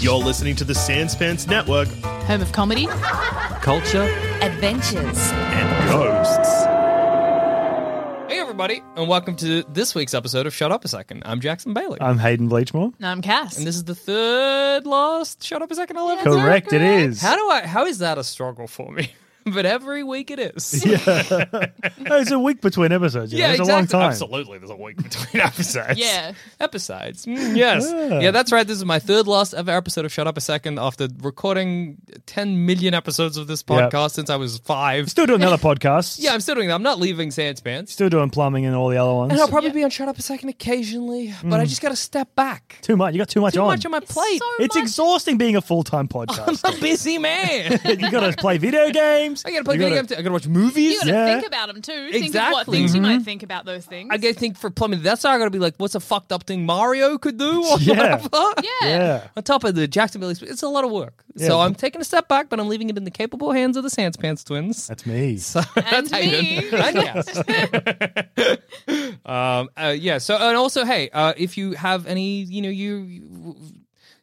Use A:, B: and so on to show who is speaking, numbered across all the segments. A: You're listening to the Sanspants Network
B: Home of comedy,
C: Culture.
D: Adventures.
A: and Ghosts.
C: Hey, everybody, and welcome to this week's episode of Shut Up a Second. I'm Jackson Bailey.
E: I'm Hayden Bleachmore.
B: and I'm Cass.
C: and this is the third last Shut Up a Second I'll ever do.
E: Correct, it is.
C: How do I, how is that a struggle for me? but every week it is.
E: No, it's a week between episodes. Yeah, it's a long time.
C: Absolutely, there's a week between episodes.
B: Yeah.
C: episodes. Mm, yes, yeah. that's right. This is my third last ever episode of Shut Up a Second after recording 10 million episodes of this
E: Yep.
C: podcast since I was five.
E: Still doing other podcasts.
C: yeah, I'm still doing that. I'm not leaving Sandspans.
E: Still doing plumbing and all the other ones.
C: And I'll probably be on Shut Up a Second occasionally, but
E: Mm.
C: I just got to step back.
E: too much. You got too much
C: Too
E: on.
C: much on my plate.
B: so
E: it's
B: much.
E: exhausting being a full time podcast.
C: I'm a busy man. I
E: you got to play video games.
C: got to play
E: You
C: video
E: gotta-
C: games. I got to watch movies.
B: You gotta
E: Yeah. Mm-hmm.
B: think about them too. Think of what
C: Exactly.
B: things you might think about those things.
C: I gotta think for plumbing. That's how I gotta be like, what's a fucked up thing Mario could do or
E: Yeah.
C: whatever.
B: yeah.
E: Yeah.
C: On top of the Jacksonville, exp- it's a lot of work. So
E: Yeah.
C: I'm taking a step back, but I'm leaving it in the capable hands of the Sandspants twins.
E: That's me.
C: So
B: And
C: how you do
B: me.
C: it. And yes. um, uh, yeah. So and also, hey, uh, if you have any, you know, you. you-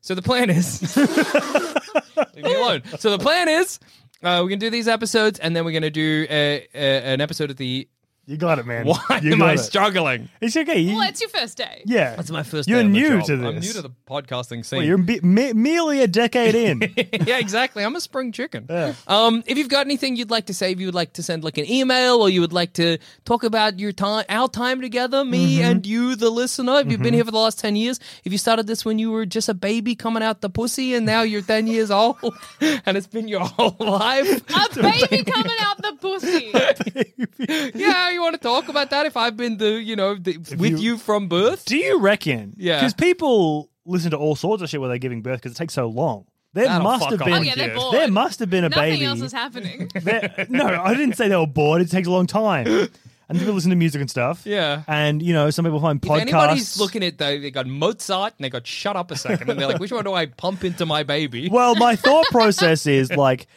C: so the plan is. leave me alone. So the plan is. Uh, we're gonna do these episodes, and then we're gonna do a, a, an episode at the.
E: You got it, man.
C: Why
E: you
C: am
E: got
C: I
E: it.
C: struggling?
E: It's okay. You,
B: Well, it's your first day.
E: yeah.
C: That's my first.
E: You're
C: day on the
E: new
C: job.
E: to this.
C: I'm new to the podcasting scene.
E: Well, you're be- me- merely a decade in.
C: yeah, exactly. I'm a spring chicken. Um, if you've got anything you'd like to say, if you would like to send like an email, or you would like to talk about your time, our time together, me
E: Mm-hmm.
C: and you, the listener. If you've been here for the last ten years, if you started this when you were just a baby coming out the pussy, and now you're ten years old, and it's been your whole life.
B: A baby coming out the pussy.
C: yeah, you want to talk about that? If I've been the, you know, the, with you,
E: you-
C: from birth.
E: Do you reckon?
C: Yeah.
E: Because people listen to all sorts of shit where they're giving birth because it takes so long. There
C: That'll
E: must
C: fuck
E: have
C: off.
E: been
C: Oh,
B: yeah, they're bored.
E: there must have been a
B: Nothing
E: baby.
B: else is happening.
E: They're- no, I didn't say they were bored. It takes a long time. And people listen to music and stuff.
C: Yeah.
E: And, you know, some people find
C: If
E: podcasts.
C: anybody's looking at they, they got Mozart and they got shut up a second and they're like, which one do I pump into my baby?
E: Well, my thought process is like,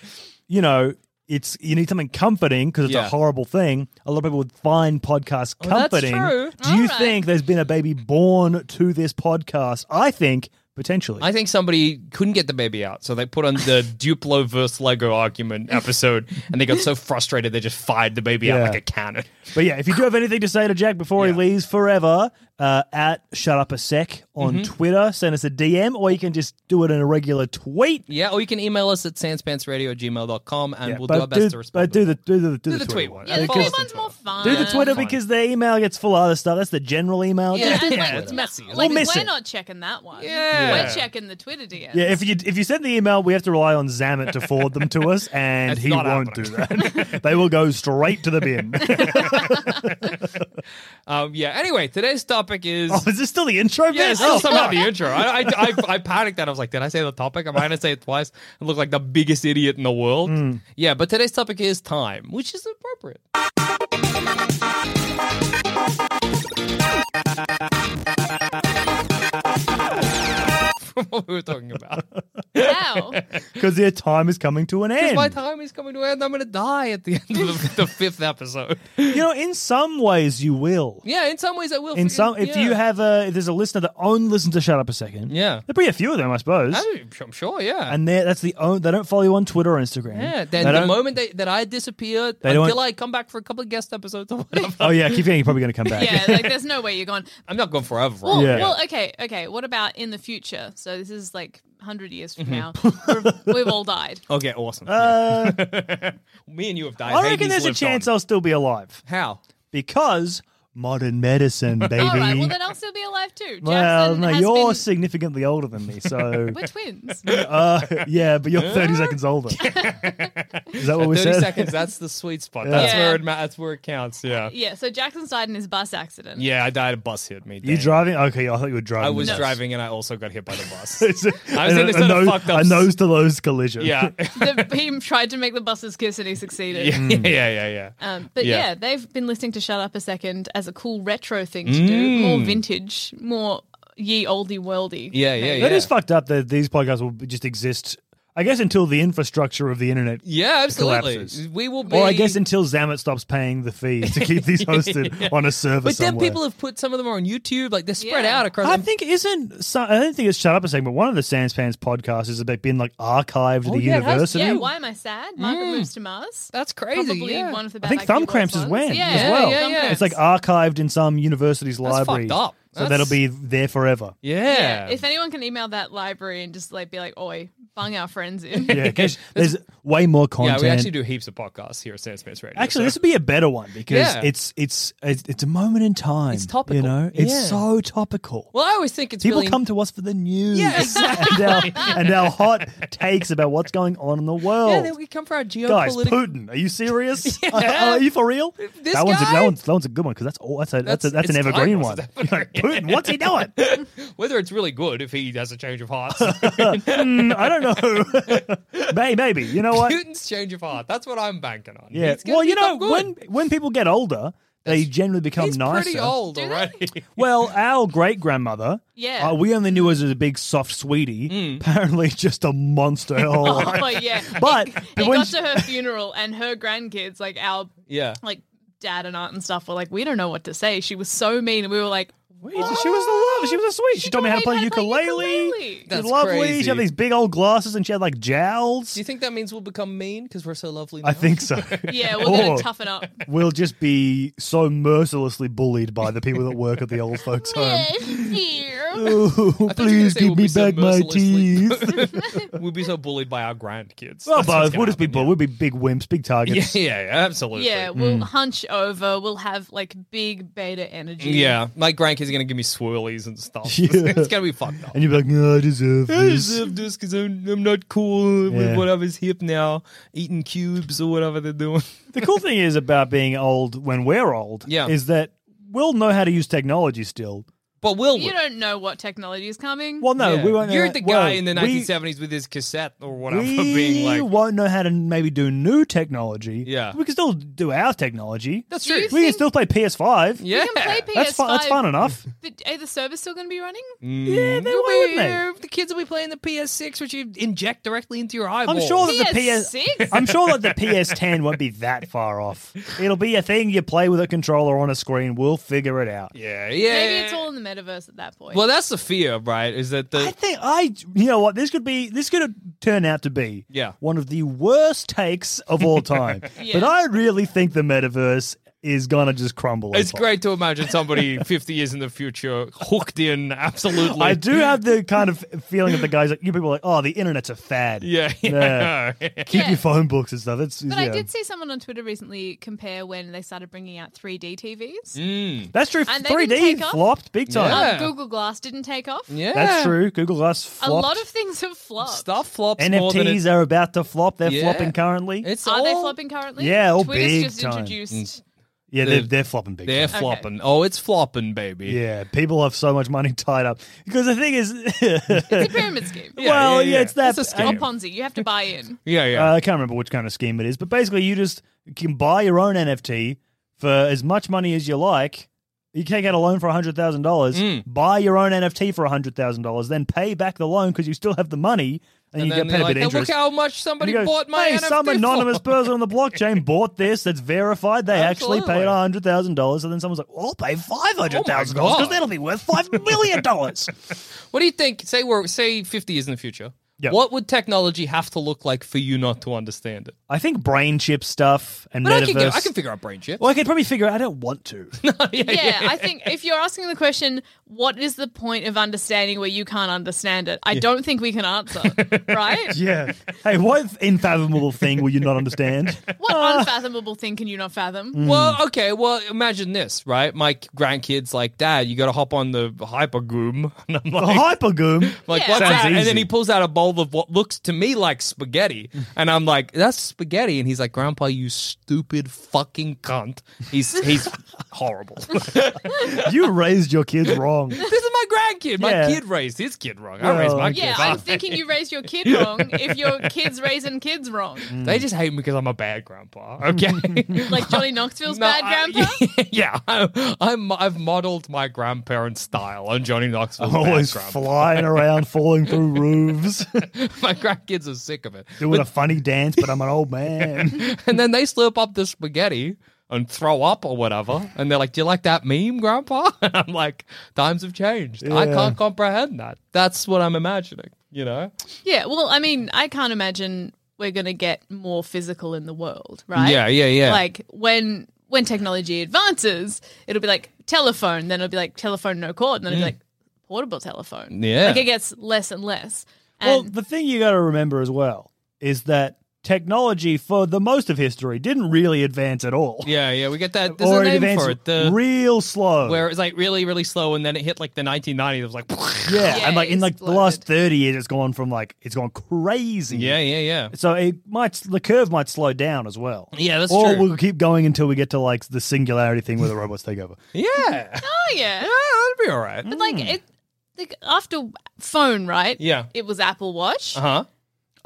E: you know, it's you need something comforting because it's
C: Yeah.
E: a horrible thing. A lot of people would find podcasts
C: that's
E: comforting.
C: true.
E: Do you
B: Alright.
E: think there's been a baby born to this podcast? I think potentially.
C: I think somebody couldn't get the baby out, so they put on the Duplo versus Lego argument episode, and they got so frustrated they just fired the baby out
E: Yeah.
C: like a cannon.
E: But yeah, if you do have anything to say to Jack before
C: Yeah.
E: he leaves forever, uh, at Shut Up a Sec
C: Mm-hmm.
E: on Twitter, send us a DM, or you can just do it in a regular tweet.
C: Yeah, or you can email us at sanspantsradio at gmail.com, and
E: Yeah,
C: we'll
E: but
C: do our best
E: do,
C: to respond.
E: But do the do the do,
C: the
E: the,
C: tweet
E: Twitter
C: one.
E: one.
B: Yeah, the
E: Because-
B: Twitter one's more fun.
E: do the Twitter
C: Fine.
E: because the email gets full of other stuff. That's the general email.
B: Yeah,
E: Just do
B: and
E: the
B: like,
E: Twitter.
C: it's messy.
B: Like,
E: We'll miss
B: we're
E: it.
B: not checking that one.
C: Yeah.
B: We're checking the Twitter DM.
E: Yeah, if you if you send the email, we have to rely on Zamet to forward them to us, and
C: That's
E: he
C: not
E: won't do that. they will go straight to the bin.
C: um, yeah, anyway, today's topic is.
E: oh, is this still the intro? bit?
C: Yeah, it's
E: oh,
C: still somehow
E: fuck.
C: the intro. I, I, I, I panicked and I was like, did I say the topic? Am I going to say it twice? I look like the biggest idiot in the world.
E: Hmm.
C: Yeah, but today's topic is time, which is appropriate. From what we were talking about.
B: Wow.
E: because their time is coming to an end.
C: my time is coming to an end. I'm going to die at the end of the, the fifth episode.
E: you know, in some ways, you will.
C: Yeah, in some ways I will.
E: In
C: forget-
E: some, if
C: yeah.
E: you have a, if there's a listener that only listens to Shut Up a Second,
C: Yeah.
E: there'll be a few of them, I suppose.
C: I'm I'm sure, yeah.
E: And they that's the only, they don't follow you on Twitter or Instagram.
C: yeah,
E: They
C: then the
E: Mm. don't-
C: moment they, that I disappear
E: don't-
C: until I come back for a couple of guest episodes or whatever.
E: Oh yeah, I keep thinking you're probably going to come back.
B: yeah, like there's no way you're gone.
C: I'm not going forever.
B: Well,
E: Yeah.
B: well, okay, okay. What about in the future? So this is like 100 years from
C: Mm-hmm.
B: now. We've, we've all died.
C: Okay, awesome.
E: Uh,
C: Me and you have died.
E: I reckon
C: Hades
E: there's a
C: lived
E: chance
C: on.
E: I'll still be alive
C: How?
E: because modern medicine, baby.
B: All right, well, then I'll still be alive too. Jackson
E: Well, no,
B: has
E: you're
B: been...
E: significantly older than me, so
B: We're twins.
E: uh, yeah, but you're 30 seconds older. Is that what we
C: 30
E: said?
C: seconds, that's the sweet spot. That's,
B: Yeah.
C: Where it ma- that's where it counts, yeah.
B: yeah, so Jackson's died in his bus accident.
C: Yeah, I died a bus hit me.
E: You
C: dang.
E: driving? Okay, I thought you were driving.
C: I was
E: this.
C: driving and I also got hit by the bus.
E: It's a-
C: I was in this sort of
E: nose,
C: fucked up
E: a
C: s-
E: nose to nose collision.
C: yeah. yeah,
B: The, he tried to make the buses kiss and he succeeded.
E: Hmm.
C: yeah, yeah, yeah, yeah.
B: Um, but
C: Yeah.
B: yeah. they've been listening to Shut Up a Second as a cool retro thing to
E: Mm.
B: do, more vintage, more ye oldie worldy.
C: Yeah, yeah, yeah.
E: That is fucked up that these podcasts will just exist, I guess, until the infrastructure of the internet.
C: Yeah, absolutely.
E: collapses.
C: We will be.
E: Or I guess until Zamet stops paying the fee to keep these hosted on a server
C: But then
E: somewhere.
C: people have put some of them are on YouTube. Like they're spread
B: Yeah.
C: out across.
E: I think isn't so- I don't think it's shut up a second, but one of the Sanspans podcasts has been like archived at
C: Oh,
E: the
C: yeah, it has-
E: university.
B: Yeah, why am I sad? Margaret
E: Mm.
B: moves to Mars.
C: that's crazy.
B: Probably
C: yeah.
B: one of
E: I
B: the bad
E: think Thumb Cramps is
B: ones.
E: when
B: Yeah,
E: as well.
B: yeah,
C: Thumb
B: yeah.
C: Cramps.
E: It's like oh, archived in some university's
C: fucked
E: library.
C: up.
E: So that'll
C: That's-
E: be there forever.
C: yeah.
B: Yeah, If anyone can email that library and just like be like, "Oi, bung our friends in."
E: Yeah, 'cause there's way more
C: yeah,
E: content.
C: we actually do heaps of podcasts here at Sans Space Radio.
E: Actually,
C: so-
E: this would be a better one because
C: Yeah.
E: it's, it's it's it's a moment in time.
C: It's topical.
E: You know, it's
C: Yeah.
E: so topical.
C: well, I always think it's
E: People
C: really
E: come to us for the news
C: Yeah, exactly.
E: and, our, and our hot takes about what's going on in the world.
C: Yeah, then we come for our geopolitical.
E: Guys, Putin, are you serious? are you for real?
C: This
E: that, one's a,
C: guy?
E: that, one's, that one's a good one because that's all. That's a that's, a,
C: That's-
E: that's an
C: it's
E: evergreen
C: timeless,
E: one.
C: it's
E: Like, Putin, what's he doing?
C: Whether it's really good if he has a change of heart.
E: Hmm, I don't know. May maybe you know what?
C: Putin's change of heart. That's what I'm banking on.
E: Yeah.
C: It's gonna
E: Well, you
C: be
E: know,
C: so good.
E: when when people get older, they generally become
C: he's
E: nicer.
C: pretty old already.
E: Well, our great grandmother,
B: Yeah.
E: uh, we only knew her as a big soft sweetie.
C: Mm.
E: Apparently, just a monster. her whole life.
B: oh yeah.
E: But
B: It
E: when
B: got
E: she-
B: to her funeral, and her grandkids, like our
C: yeah.
B: like dad and aunt and stuff, were like, "We don't know what to say." She was so mean, and we were like,
E: Wait, she was the love. She was a sweet. She, taught me how to play ukulele.
B: ukulele.
E: She
C: That's
E: was lovely. She had
C: crazy.
E: these big old glasses, and she had like jowls.
C: Do you think that means we'll become mean because we're so lovely? Now?
E: I think so.
B: "Yeah, we're gonna
E: Or-
B: toughen up."
E: we'll just be so mercilessly bullied by the people that work at the old folks' home. Oh,
C: thought you were gonna
E: please
C: say
E: give
C: we'll
E: me
C: be so
E: back my
C: mercilessly-
E: teeth.
C: we'll be so bullied by our grandkids.
E: well,
C: That's
E: both.
C: what's gonna
E: We'll just be
C: happen,
E: bullied. We'll be big wimps, big
C: Yeah,
E: targets.
C: yeah, yeah, absolutely.
B: Yeah, we'll
E: mm.
B: hunch over. We'll have like big beta energy.
C: Yeah, my grandkids are gonna give me swirlies and stuff.
E: Yeah.
C: it's gonna be fucked up.
E: And you'll be like, no, I deserve
C: I
E: this.
C: deserve this because I'm, I'm not cool
E: Yeah.
C: with whatever's hip now, eating cubes or whatever they're doing.
E: The cool thing is about being old when we're old
C: Yeah.
E: is that we'll know how to use technology still.
C: But will
B: You
C: we?
B: don't know what technology is coming.
E: Well, no,
C: Yeah.
E: we won't. know
C: You're
E: how-
C: the guy
E: well,
C: in the
E: we-
C: 1970s with his cassette or whatever,
E: We
C: being like,
E: won't know how to maybe do new technology.
C: Yeah.
E: we can still do our technology.
C: "That's
B: Do
C: true."
B: you
E: we can
B: think-
E: still play PS5.
C: yeah,
B: We can play PS5.
E: that's fun. That's fun enough.
B: The, are the servers still going to be running?
C: Mm.
E: yeah, then why wouldn't they?
C: the kids will be playing the PS6, which you inject directly into your eyeball.
E: I'm sure that the PS
B: PS6?
E: I'm sure that the PS10 won't be that far off. It'll be a thing you play with a controller on a screen. We'll figure it out.
C: Yeah, yeah.
B: Maybe it's all in the metaverse at that point.
C: Well, that's the fear, right? Is that the
E: I think I, you know what, this could be, this could turn out to be
C: Yeah.
E: one of the worst takes of all time.
B: Yeah.
E: But I really think the metaverse is gonna just crumble.
C: It's
E: apart.
C: great to imagine somebody 50 years in the future hooked in absolutely.
E: I do have the kind of feeling that the guys, like you people, are like, oh, the internet's a fad.
C: Yeah.
E: Yeah.
C: yeah.
E: Keep
B: Yeah.
E: your phone books and stuff. It's,
B: but
E: yeah.
B: I did see someone on Twitter recently compare when they started bringing out 3D TVs.
E: That's true.
B: And they
E: 3D
B: didn't take off.
E: flopped big time.
C: Yeah.
B: Um, Google Glass didn't take off.
C: Yeah.
E: That's true. Google Glass
B: A
E: flopped.
B: lot of things have flopped.
C: Stuff flops more than
E: NFTs
C: it,
E: are about to flop. They're
C: Yeah.
E: flopping currently.
C: it's
B: Are they
C: all-
B: flopping currently?
E: Yeah, all
B: Twitter's
E: big
B: just
E: time.
B: introduced.
E: yeah, they're,
C: the-
E: they're flopping big.
C: They're
E: time.
C: flopping. Oh, it's flopping, baby.
E: yeah, people have so much money tied up because the thing is,
B: It's a pyramid scheme.
E: well, yeah,
C: yeah, yeah.
E: it's that.
C: It's a
B: Or
C: scam.
B: Ponzi. You have to buy in.
C: Yeah, yeah.
E: uh, I can't remember which kind of scheme it is, but basically, you just can buy your own NFT for as much money as you like, You can take out a loan for hundred thousand
C: Mm.
E: dollars, buy your own NFT for hundred thousand dollars, then pay back the loan because you still have the money, and, you get
C: then they're
E: paid a
C: like,
E: bit
C: "Hey,
E: of interest.
C: Look how much somebody
E: You go,
C: bought my
E: hey,
C: NFT
E: some
C: for."
E: anonymous person on the blockchain bought this that's verified. They actually paid
C: Absolutely.
E: hundred thousand dollars, and then someone's like, well, "I'll pay five hundred thousand dollars because
C: God.
E: that'll be worth five million dollars."
C: What do you think? Say we're say fifty years in the future.
E: Yeah.
C: What would technology have to look like for you not to understand it?
E: I think brain chip stuff and
C: But I
E: metaverse.
C: can, go, I can figure out brain chip.
E: Well, I could probably figure. out I don't want to.
B: yeah, I think if you're asking the question, what is the point of understanding where you can't understand it? I don't think we can answer, right?
E: yeah. Hey, what unfathomable thing will you not understand?
B: What unfathomable thing can you not fathom?
E: hmm.
C: Well, okay. Well, imagine this, right? My grandkids like, Dad, you got to hop on the hypergoom, and I'm
E: The
C: like,
E: hypergoom.
C: like
B: Yeah. Sounds
C: what's that? And
E: easy. Mm.
C: then he pulls out a bowl of what looks to me like spaghetti, and I'm like, that's spaghetti, and he's like, Grandpa, you stupid fucking cunt. He's he's horrible.
E: You raised your kids wrong.
C: This is my grandkid. My
E: Yeah. Oh,
C: kid raised his kid wrong. I raised
E: Well,
C: my
B: Yeah,
C: kid.
B: I'm
C: wrong.
B: thinking you raised your kid wrong if your kid's raising kids wrong.
C: They just hate me because I'm a bad grandpa. Okay.
B: Like Johnny Knoxville's
C: No,
B: bad
C: I-
B: grandpa?
C: yeah, I, I'm. I've modeled my grandparents' style on Johnny Knoxville's bad
E: Always
C: grandpa.
E: flying around, falling through roofs,
C: my grandkids are sick of it.
E: doing a funny dance, but I'm an old man.
C: And then they slurp up the spaghetti and throw up or whatever. And they're like, Do you like that meme, Grandpa? And I'm like, Times have changed. I
E: Yeah.
C: can't comprehend that. That's what I'm imagining, you know?
B: Yeah, well, I mean, I can't imagine we're going to get more physical in the world, right?
C: Yeah, yeah, yeah.
B: Like when when technology advances, it'll be like telephone, then it'll be like telephone no cord, and then it'll be like portable telephone.
C: Mm. Yeah.
B: Like it gets less and less.
E: well,
B: And
E: the thing you got to remember as well is that technology, for the most of history, didn't really advance at all.
C: Yeah, yeah. We get that. There's
E: Or
C: a
E: it
C: name
E: advanced
C: for it. The,
E: real slow.
C: where it was like really, really slow. And then it hit like the 1990s. It was like,
E: yeah,
B: Yeah,
E: and like in
B: it's
E: like the last thirty years, it's gone from like it's gone crazy.
C: Yeah, yeah, yeah.
E: So it might the curve might slow down as well.
C: Yeah, that's
E: or
C: true.
E: we'll keep going until we get to like the singularity thing where the robots take over.
C: Yeah.
B: oh yeah.
C: Oh, that'd be all right.
E: Mm.
B: But like it like after phone, right?
C: Yeah.
B: It was Apple Watch.
C: Uh huh.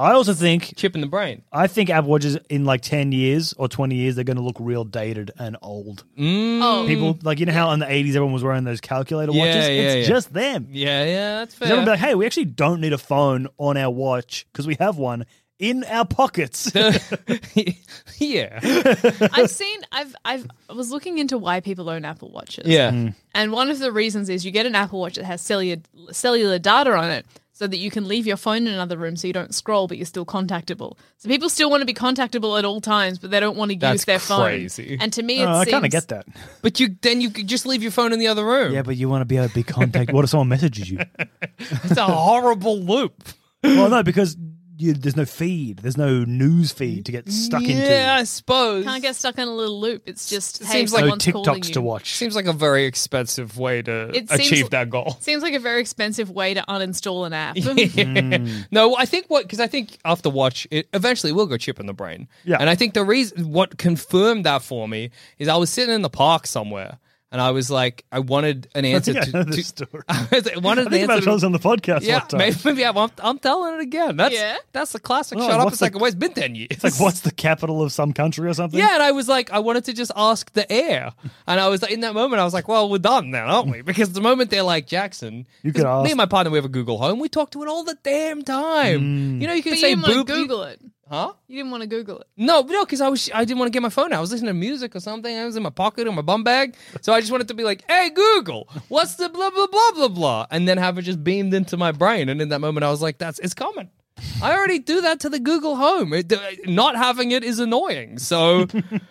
E: I also think
C: Chip in the brain.
E: I think Apple Watches in like ten years or twenty years they're going to look real dated and old.
C: Mm.
B: Oh.
E: People like you know how in the eighties everyone was wearing those calculator
C: Yeah,
E: watches.
C: yeah,
E: it's
C: yeah.
E: just them.
C: Yeah, yeah. That's fair.
E: Everyone be like, hey, we actually don't need a phone on our watch because we have one in our pockets.
C: yeah.
B: I've seen I've I've I was looking into why people own Apple Watches.
C: Yeah.
E: Mm.
B: And one of the reasons is you get an Apple Watch that has cellular cellular data on it so that you can leave your phone in another room so you don't scroll but you're still contactable. So people still want to be contactable at all times but they don't want to
C: That's
B: use their
C: crazy.
B: phone. And to me it
E: Oh, I
B: seems
E: kind of get that.
C: But you then you could just leave your phone in the other room.
E: Yeah, but you want to be able to be contact. what if someone messages you?
C: It's a horrible loop.
E: Well, no, because you, there's no feed. There's no news feed to get stuck
C: yeah,
E: into.
C: I suppose.
B: Can't get stuck in a little loop. It's just hey,
C: seems like-
E: No
B: someone's calling
E: TikToks
B: you.
E: to watch.
C: Seems like a very expensive way to
B: It seems-
C: achieve that goal.
B: Seems like a very expensive way to uninstall an app.
C: No, I think what because I think after watch it eventually will go chip in the brain.
E: Yeah.
C: and I think the reason what confirmed that for me is I was sitting in the park somewhere and I was like, I wanted an answer
E: I
C: to,
E: know
C: to-
E: this story.
C: I was- I wanted
E: I
C: an
E: think about
C: answer.
E: it when I was
C: to-
E: on the podcast
C: yeah,
E: one time.
C: maybe, maybe I'm, I'm- I'm telling it again. That's
B: Yeah.
C: that's the classic.
E: Well,
C: Shut up a
E: what's the-
C: second. Well, it's been ten years.
E: It's like, what's the capital of some country or something?
C: Yeah, and I was like, I wanted to just ask the air, and I was like, in that moment, I was like, well, we're done now, aren't we? Because the moment they're like Jackson,
E: You
C: 'cause
E: could ask-
C: Me and my partner, we have a Google Home. We talk to it all the damn time.
E: Mm.
C: You know, you can
B: but you
C: say
B: didn't want
C: boob.
B: to Google it.
C: Huh?
B: You didn't want to Google it.
C: No, no, because I was I didn't want to get my phone out. I was listening to music or something. I was in my pocket or my bum bag, so I just wanted to be like, "Hey Google, what's the blah blah blah blah blah," and then have it just beamed into my brain. And in that moment, I was like, "That's it's coming." I already do that to the Google Home. It, not having it is annoying. So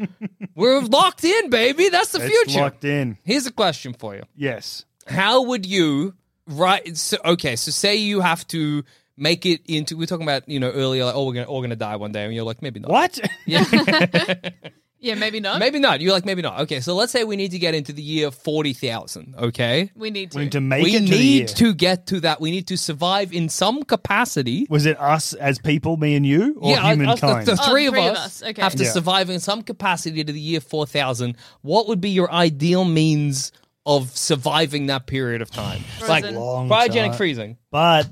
C: we're locked in, baby. That's the
E: it's
C: future.
E: locked in.
C: Here's a question for you
E: Yes.
C: how would you right so okay so say you have to make it into we are talking about you know earlier like oh we're gonna all gonna die one day and you're like maybe not
E: What?
B: Yeah, maybe not.
C: maybe not you're like maybe not okay so let's say we need to get into the year 40000 okay
B: we need to.
E: we need to make
C: we
E: it to the year.
C: need to get to that we need to survive in some capacity
E: Was it us as people, me and you, or
C: yeah, us- us-
E: humankind?
C: the, three
B: Oh,
C: of
B: three of
C: us,
B: us, okay.
C: have to
E: Yeah.
C: survive in some capacity to the year 4000. What would be your ideal means of surviving that period of time?
B: Frozen.
C: Like
E: Long
C: cryogenic
E: time.
C: freezing.
E: but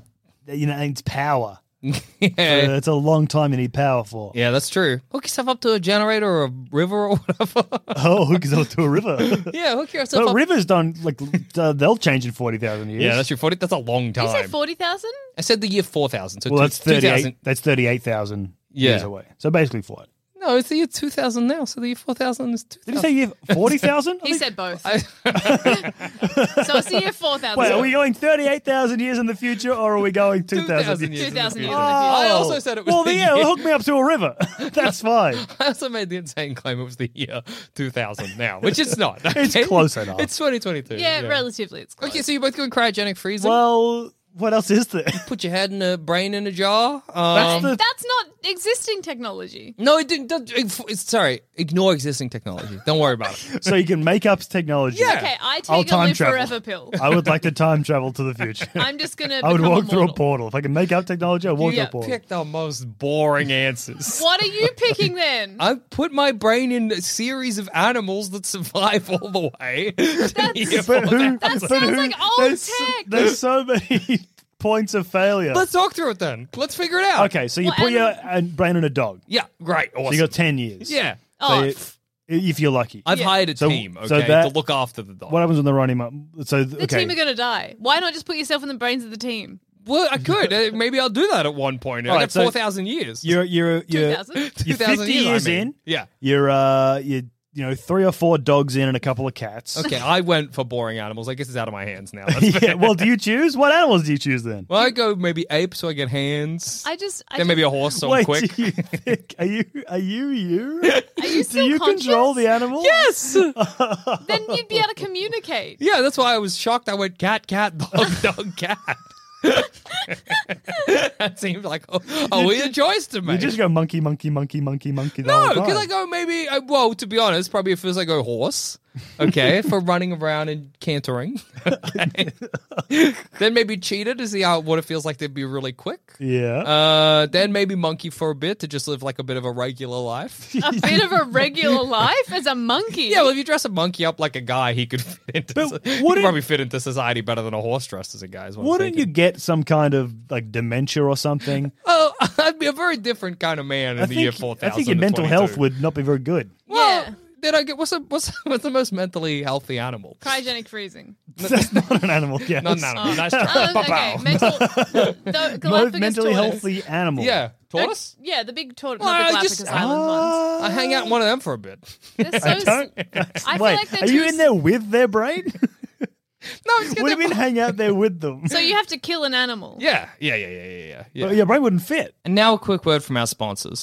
E: you know, it's power. Uh, it's a long time you need power for.
C: Yeah, that's true. Hook yourself up to a generator or a river or whatever.
E: Oh, hook yourself to a river.
C: yeah, hook yourself
E: but
C: up.
E: rivers don't like uh, they'll change in forty thousand years.
C: Yeah, that's your forty. That's a long
B: You said
C: time.
B: forty thousand?
C: I said the year four thousand. So
E: well,
C: two-
E: that's thirty
C: 2000.
E: eight. That's thirty eight thousand
C: Yeah.
E: years away. So basically, flight.
C: No, it's the year two thousand now. So the year four thousand is two
E: Did you
C: thousand.
E: say year forty thousand?
B: He said both. so it's the year four thousand.
E: Wait, are we going thirty eight thousand years in the future, or are we going two thousand
C: 2,000
E: years?
C: years.
B: two thousand years?
C: Oh. I also said it was
E: Well,
C: the
E: yeah,
C: year.
E: hook me up to a river. That's fine.
C: I also made the insane claim it was the year two thousand now, which it's not.
E: It's
C: okay?
E: close enough.
C: It's twenty twenty two.
B: Yeah, relatively. It's close.
C: Okay, so you're both going cryogenic freezing.
E: Well, what else is there?
C: Put your head and a brain in a jar.
E: That's
C: Um,
E: the
B: that's not existing technology.
C: no, it didn't. don't- it- it's- sorry, ignore existing technology. Don't worry about it.
E: so you can make up technology.
C: Yeah.
B: Okay, I
E: I'll
B: take a
E: time
B: live
E: travel.
B: forever pill.
E: I would like to time travel to the future.
B: I'm just gonna.
E: I would
B: become
E: walk through a
B: immortal.
E: portal. If I can make up technology, I would walk
B: Yeah,
E: through a portal.
C: Pick the most boring answers.
B: What are you picking then?
C: I put my brain in a series of animals that survive all the way. That's,
E: But who,
B: That
E: but
B: sounds
E: who-
B: like old
E: there's,
B: tech.
E: There's so many points of failure.
C: Let's talk through it then. Let's figure it out.
E: okay, so you
B: Oh. Well,
E: put your
B: and-
E: uh, brain on a dog.
C: Yeah, great. Awesome.
E: So you got 10 years.
C: yeah.
B: oh,
E: So
B: f-
E: If you're lucky.
C: I've
B: Yeah.
C: hired a
E: So-
C: team, okay,
E: so that-
C: to look after the dog.
E: what happens when they're running up? So, th-
B: the
E: okay.
B: team are gonna die. Why not just put yourself in the brains of the team?
C: Well, I could. Uh, Maybe I'll do that at one point.
E: All
C: I
E: right,
C: got
E: so
C: 4,000 years.
E: you're, you're,
B: Two
E: you're,
B: thousand.
E: you're
C: 2,000
E: 50
C: I
E: years
C: mean.
E: in.
C: Yeah.
E: You're, uh, you're, you know, three or four dogs in and a couple of cats.
C: Okay, I went for boring animals. I guess it's out of my hands now. That's
E: yeah, well, do you choose? What animals do you choose then?
C: Well, I go maybe ape so I get hands.
B: I just. I
C: then
B: just
C: maybe a horse so I'm
E: Wait,
C: quick.
E: do you think- are you are you you?
B: are
E: do
B: you still
E: you
B: conscious?
E: control the animal?
C: Yes!
B: Then you'd be able to communicate.
C: Yeah, that's why I was shocked. I went cat, cat, dog, dog, cat. that seemed like a, a weird choice to me.
E: You just go monkey, monkey, monkey, monkey, monkey. the
C: no,
E: whole
C: because
E: time.
C: I go maybe. I, well, to be honest, probably at first I go horse. Okay, for running around and cantering. Okay. then maybe cheetah to see how what it feels like to be really quick.
E: Yeah.
C: Uh, then maybe monkey for a bit to just live like a bit of a regular life.
B: A bit of a regular life as a monkey.
C: Yeah, well, if you dress a momonkey up like a guy, he could fit into.
E: But
C: so- he could
E: wouldn't-
C: probably fit into society better than a horse dressed as a guy. Is what I'm
E: Wouldn't you
C: thinking.
E: get some kind of like dementia or something?
C: Oh, I'd be a very different kind of man in the year four
E: I
C: thousand.
E: think your mental health would not be very good.
C: Well,
B: Yeah.
C: then I get what's the what's, what's the most mentally healthy animal?
B: Cryogenic freezing.
E: That's not an animal. Yes.
C: No, no, no. Nice try.
B: Um, okay, mental. the
E: Most
B: Galapagos
E: mentally
B: tortoise.
E: healthy animal.
C: Yeah,
B: They're-
C: tortoise.
B: Yeah, the big tortoise.
C: Well,
B: not the
C: I
B: Galapagos
C: just- Ah.
B: Island ones.
E: Ah.
C: I hang out in one of them for a bit.
B: They're so. I, I feel
E: Wait,
B: like they're
E: are
B: too
E: you in there with their brain?
C: No, it's
E: what do you mean hang out there with them?
B: So you have to kill an animal.
C: Yeah, yeah, yeah, yeah, yeah, yeah, yeah.
E: Well, Your brain wouldn't fit.
C: And now a quick word from our sponsors.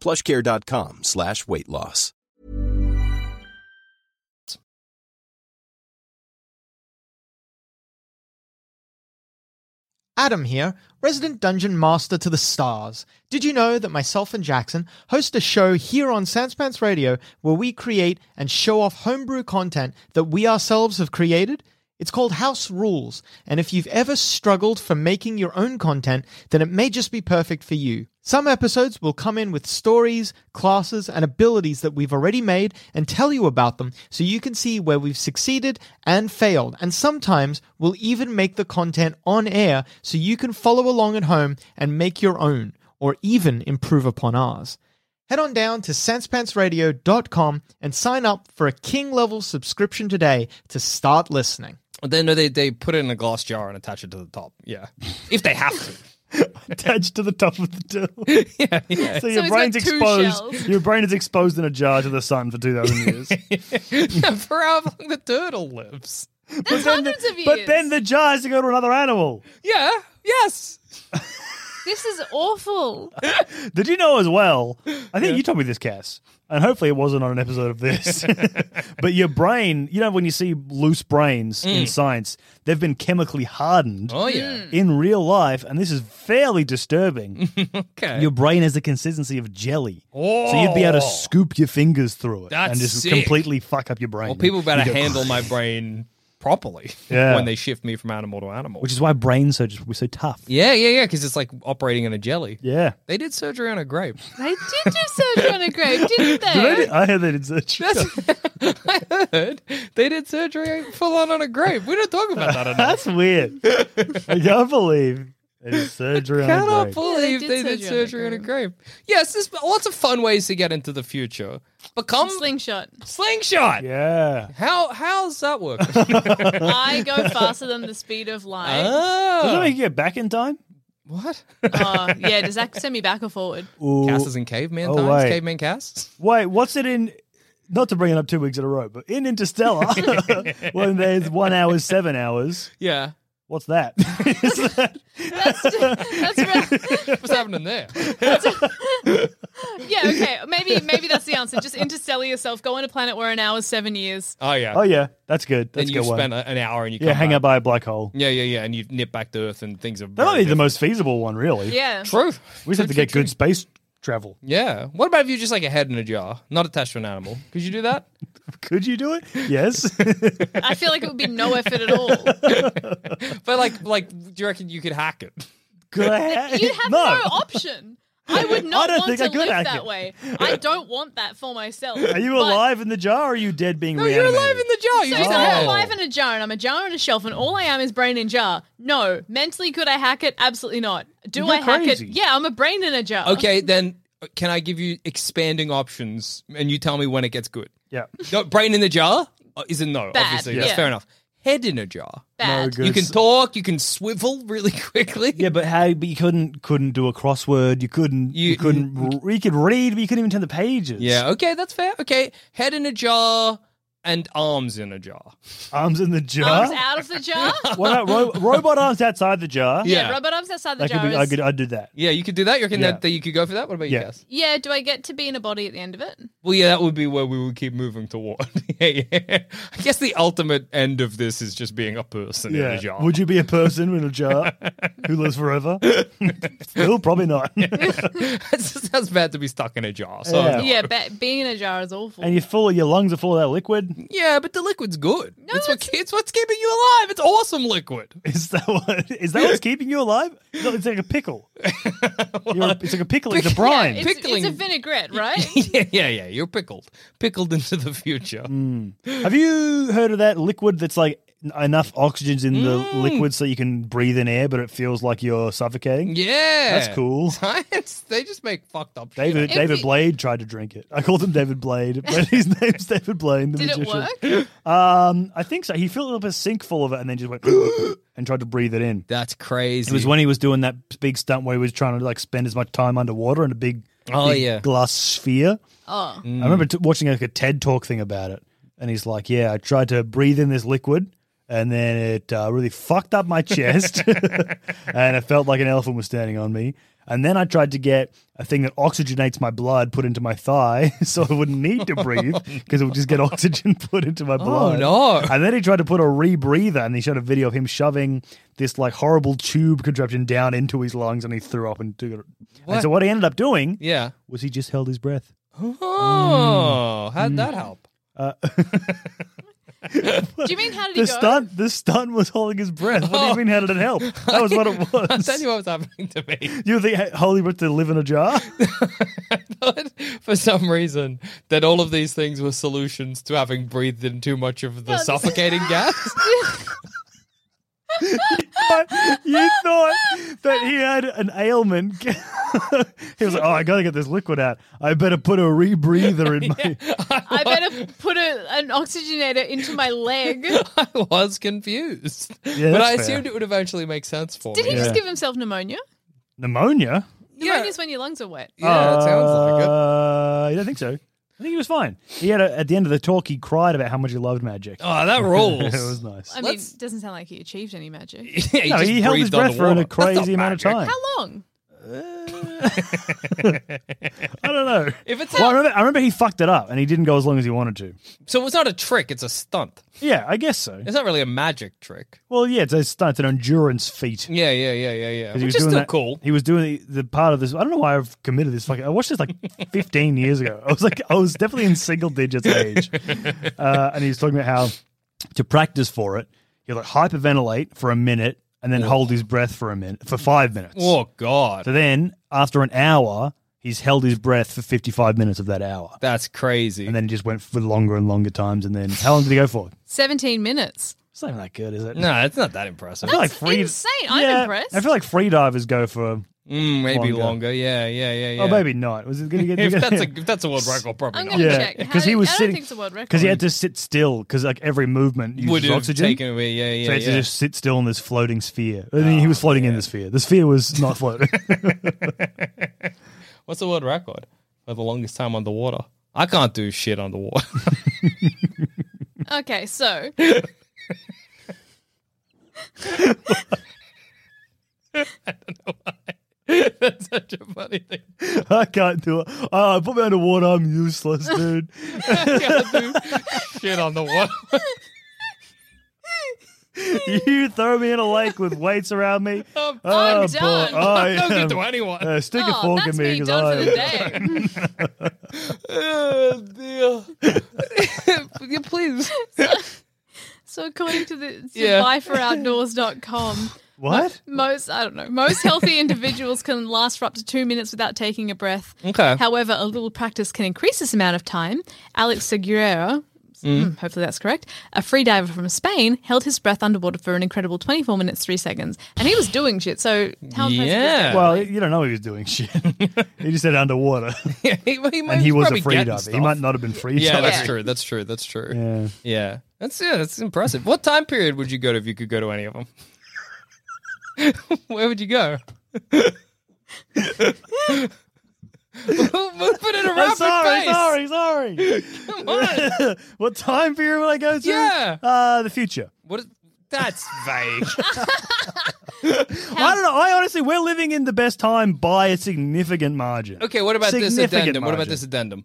F: plushcare.com slash weight loss.
G: Adam here, resident dungeon master to the stars. Did you know that myself and Jackson host a show here on Sanspants Radio where we create and show off homebrew content that we ourselves have created? It's called House Rules, and if you've ever struggled for making your own content, then it may just be perfect for you. Some episodes will come in with stories, classes, and abilities that we've already made and tell you about them so you can see where we've succeeded and failed. And sometimes we'll even make the content on air so you can follow along at home and make your own or even improve upon ours. Head on down to sanspantsradio.com and sign up for a king level subscription today to start listening.
C: They know they, they put it in a glass jar and attach it to the top. Yeah. if they have to.
E: attached to the top of the dill.
C: yeah,
E: So,
C: yeah.
E: your
B: he's got
E: brain's
B: two
E: exposed.
B: shells.
E: Your brain is exposed in a jar to the sun for two thousand years.
C: For how long the turtle lives.
B: That's hundreds of years.
E: but then the jar has to go to another animal.
C: Yeah. Yes.
B: this is awful.
E: Did you know as well? I think you told me this, Cass, and hopefully it wasn't on an episode of this. but your brain, you know, when you see loose brains in science, they've been chemically hardened
C: Mm.
E: Mm.
C: Oh yeah.
E: in real life, and this is fairly disturbing.
C: Okay.
E: your brain has the consistency of jelly, so you'd be able to
C: Oh.
E: scoop your fingers through it
C: That's
E: and just
C: sick.
E: completely fuck up your brain.
C: well, people better
E: You go,
C: handle my brain properly
E: Yeah.
C: when they shift me from animal to animal.
E: which is why brain surgeons were so tough.
C: yeah, yeah, yeah, because it's like operating in a jelly.
E: Yeah.
C: They did surgery on a grape.
B: They did do surgery on a grave, didn't they?
E: Did I, do- I heard they did surgery.
C: I heard they did surgery full on on a grape. We don't talk about that enough.
E: That's weird. I can't believe it is surgery on a
C: Cannot
E: brain.
C: believe
B: did
C: they did
B: surgery on a
C: surgery on a grape. Yes, there's lots of fun ways to get into the future. Become
B: Slingshot.
C: slingshot.
E: Yeah.
C: How how's that work?
B: I go faster than the speed of
E: Ah.
B: light.
E: Does that
C: oh,
E: make you get back in time?
C: what?
B: Uh, yeah, does that send me back or forward?
C: Cass is in caveman
E: Oh,
C: times.
E: wait.
C: Caveman Cass.
E: Wait, what's it in? Not to bring it up two weeks in a row, but in Interstellar, when there's one hour, seven hours,
C: Yeah.
E: what's that? Is that-
B: That's, that's right.
C: What's happening there?
B: Yeah, okay. Maybe maybe that's the answer. Just interstellar yourself. Go on a planet where an hour is seven years.
C: Oh yeah.
E: oh, yeah, that's good. That's
C: and
E: a
C: you
E: good one.
C: spend a- an hour and you
E: yeah,
C: come
E: hang
C: back.
E: out by a black hole.
C: Yeah, yeah, yeah, and you nip back to Earth and things are.
E: That might
C: very
E: be the most feasible one, really.
B: Yeah.
C: different. true.
E: We just have to get good space travel.
C: Yeah. What about if you just like a head in a jar, not attached to an animal? Could you do that?
E: Could you do it? Yes.
B: I feel like it would be no effort at all.
C: But like, like, do you reckon you could hack it?
E: Could I ha-
B: You'd have no, option. I would not
E: don't think
B: want to
E: Uh, I could
B: live
E: hack
B: that
E: it.
B: way. I don't want that for myself.
E: Are you
B: But-
E: alive in the jar or are you dead being
C: No, you're
E: reanimated?
C: alive in the jar. You
B: So
C: just
B: if
C: have
B: I'm
C: it.
B: alive in a jar and I'm a jar on a shelf and all I am is brain in jar. No. Mentally could I hack it? Absolutely not. Do
E: You're
B: I hack
E: crazy.
B: it? Yeah, I'm a brain in a jar.
C: Okay, then uh, can I give you expanding options and you tell me when it gets good?
E: Yeah.
C: No, brain in the jar Uh, is a no.
B: Bad,
C: Obviously,
B: yeah.
C: that's fair enough. Head in a jar.
B: Bad.
E: good.
C: You can
E: So-
C: talk. You can swivel really quickly.
E: Yeah, but how? But you couldn't couldn't do a crossword. You couldn't you,
C: You-
E: couldn't r- you could read, but you couldn't even turn the pages.
C: Yeah. Okay, that's fair. Okay, head in a jar and arms in a jar.
E: arms in the jar.
B: Arms out of the jar?
E: What about ro- robot arms outside the jar?
C: Yeah.
B: Yeah, robot arms outside the
E: that
B: jar.
E: could be. I
B: is-
E: could. I'd do that.
C: Yeah, you could do that. You reckon
E: Yeah.
C: that, that you could go for that? What about
E: Yeah.
C: you guys?
B: Yeah, do I get to be in a body at the end of it?
C: Well, yeah, that would be where we would keep moving toward. yeah, yeah. I guess the ultimate end of this is just being a person in a jar.
E: Would you be a person in a jar who lives forever? Still, probably not.
C: it just sounds bad to be stuck in a jar. So
E: Yeah.
C: yeah,
B: Yeah, ba- being in a jar is awful.
E: and you're full. Your lungs are full of that liquid.
C: but the liquid's good. No, it's, what,
B: it's-
C: it's what's keeping you alive. It's awesome liquid.
E: Is that what? Is that what's keeping you alive? No, it's like a pickle. You're a- it's like a pickle. It's a
B: yeah,
E: brine.
B: it's, it's
C: Pickling.
B: a vinaigrette, right?
C: yeah, yeah, yeah. You're pickled, pickled into the future.
E: Mm. Have you heard of that liquid that's like n- enough oxygen's in
B: Mm.
E: the liquid so you can breathe in air, but it feels like you're suffocating?
C: Yeah,
E: That's cool.
C: Science. They just make fucked up. shit.
E: David
B: If
E: David
B: we-
E: Blade tried to drink it. I called him David Blade, but his name's David Blade. The
B: Did it
E: magician.
B: work?
E: Um, I think so. He filled up a sink full of it and then just went and tried to breathe it in.
C: That's crazy.
E: It was when he was doing that big stunt where he was trying to like spend as much time underwater in a big,
C: Oh,
E: big
C: yeah.
E: glass sphere.
B: Oh,
E: I remember t- watching like a TED talk thing about it, and he's like, "Yeah, I tried to breathe in this liquid, and then it uh, really fucked up my chest, and it felt like an elephant was standing on me. And then I tried to get a thing that oxygenates my blood put into my thigh, so I wouldn't need to breathe because it would just get oxygen put into my blood.
C: Oh, no.
E: And then he tried to put a rebreather, and he showed a video of him shoving this like horrible tube contraption down into his lungs, and he threw up and took it. And so what he ended up doing
C: yeah.
E: was he
C: Mm.
E: just held his breath.
C: Oh, how'd that help?
B: Do you mean how did he
E: The
B: go?
E: stunt, the stunt was holding his breath. What do you mean? How did it help? That was what it
C: I'll
E: was.
C: tell you what was happening to me.
E: You think hey, holy writ to live in a jar?
C: For some reason, that all of these things were solutions to having breathed in too much of the
B: No, this-
C: suffocating gas.
E: you thought that he had an ailment. he was like, "Oh, I gotta get this liquid out. I better put a rebreather in my."
B: I better put a, an oxygenator into my leg.
C: I was confused.
E: Yeah,
C: but
E: that's
C: I
E: fair.
C: assumed it would eventually make sense for
B: Did
C: me.
B: he
E: Yeah.
B: just give himself pneumonia?
E: Pneumonia?
B: Pneumonia is when your lungs are wet.
C: Yeah, it sounds like it.
E: Uh, you don't think so? I think he was fine. He had a, at the end of the talk, he cried about how much he loved magic.
C: Oh, that rules.
E: it was nice.
B: I mean,
C: Let's-
B: it doesn't sound like he achieved any magic.
C: yeah,
E: no,
C: just
E: he held his
C: breathed
E: breath for
C: underwater.
E: a
C: That's not
E: crazy amount of
C: magic.
E: time.
B: How long?
E: I don't know.
C: If it's
E: well, I remember, I remember he fucked it up and he didn't go as long as he wanted to.
C: So it's not a trick, it's a stunt.
E: Yeah, I guess so.
C: It's not really a magic trick.
E: Well, yeah, it's a stunt, an endurance feat.
C: Yeah, yeah, yeah, yeah, yeah.
E: 'Cause
C: Which
E: he was
C: is
E: doing
C: still
E: that-
C: cool.
E: He was doing the, the part of this. I don't know why I've committed this. Fucking, I watched this like 15 years ago. I was like, I was definitely in single digits age. Uh, and he was talking about how to practice for it, you like hyperventilate for a minute and then hold his breath for a minute, for five minutes.
C: Oh god.
E: So then after an hour, he's held his breath for 55 minutes of that hour.
C: That's crazy.
E: And then just went for longer and longer times. And then how long did he go for?
B: 17 minutes.
E: It's not even that good, is it?
C: no, it's not that impressive.
E: I feel like
B: That's
E: free,
B: insane. I'm impressed.
E: I feel like free divers go for
C: Mm, maybe
E: Longer.
C: longer. Yeah, yeah, yeah, yeah.
E: Oh, maybe not. Was it going to get?
C: If that's a if that's a world record, probably
B: I'm
C: not.
B: gonna
E: Yeah,
B: check.
E: 'cause he
B: How-
E: was
B: I don't
E: sitting-
B: think it's a world record.
E: because he had to sit still because like every movement uses
C: Would have
E: oxygen.
C: taken away. Yeah, yeah,
E: so he had
C: yeah. Ah,
E: to just sit still in this floating sphere. I mean, he was floating in the sphere. The sphere was not floating.
C: What's the world record for the longest time underwater? I can't do shit underwater.
B: Okay, so.
C: that's such a funny thing.
E: I can't do it. Oh, put me underwater. I'm useless, dude.
C: I can't do shit underwater.
E: you throw me in a lake with weights around me.
C: I'm,
E: Oh, boy.
B: done.
E: I
C: I'm no
E: am-
C: good to anyone.
E: Uh, stick a
B: Oh,
E: fork
B: that's
E: in me
B: me
E: because
B: done
E: I.
B: for the day.
C: Oh, dear. Would you please.
B: So according to the to
C: Yeah.
B: buyforoutdoors.com,
E: What?
B: most I don't know, most healthy individuals can last for up to 2 minutes without taking a breath.
C: Okay.
B: However, a little practice can increase this amount of time. Alex Segura, hmm, hopefully that's correct, a freediver from Spain, held his breath underwater for an incredible 24 minutes 3 seconds, and he was doing shit. So how impressive is
C: Yeah.
B: that?
E: Well, you don't know he was doing shit. he just said underwater,
C: Yeah, he, he might-
E: and he
C: he's
E: was
C: probably
E: a free
C: getting
E: diver. He
C: stuff.
E: might not have been free
C: Yeah,
E: diving.
C: that's
B: Yeah.
C: true. That's true. That's true. Yeah.
E: Yeah.
C: That's yeah. That's impressive. What time period would you go to if you could go to any of them? Where would you go? We'll Move it in a
E: I'm
C: rapid
E: sorry,
C: pace.
E: sorry, sorry.
C: Come on.
E: what time period would I go to?
C: Yeah.
E: Uh, the future.
C: What is, that's vague.
E: I don't know. I honestly, we're living in the best time by a significant margin.
C: Okay, what about this
E: Significant
C: addendum? What about
E: margin.
C: this addendum?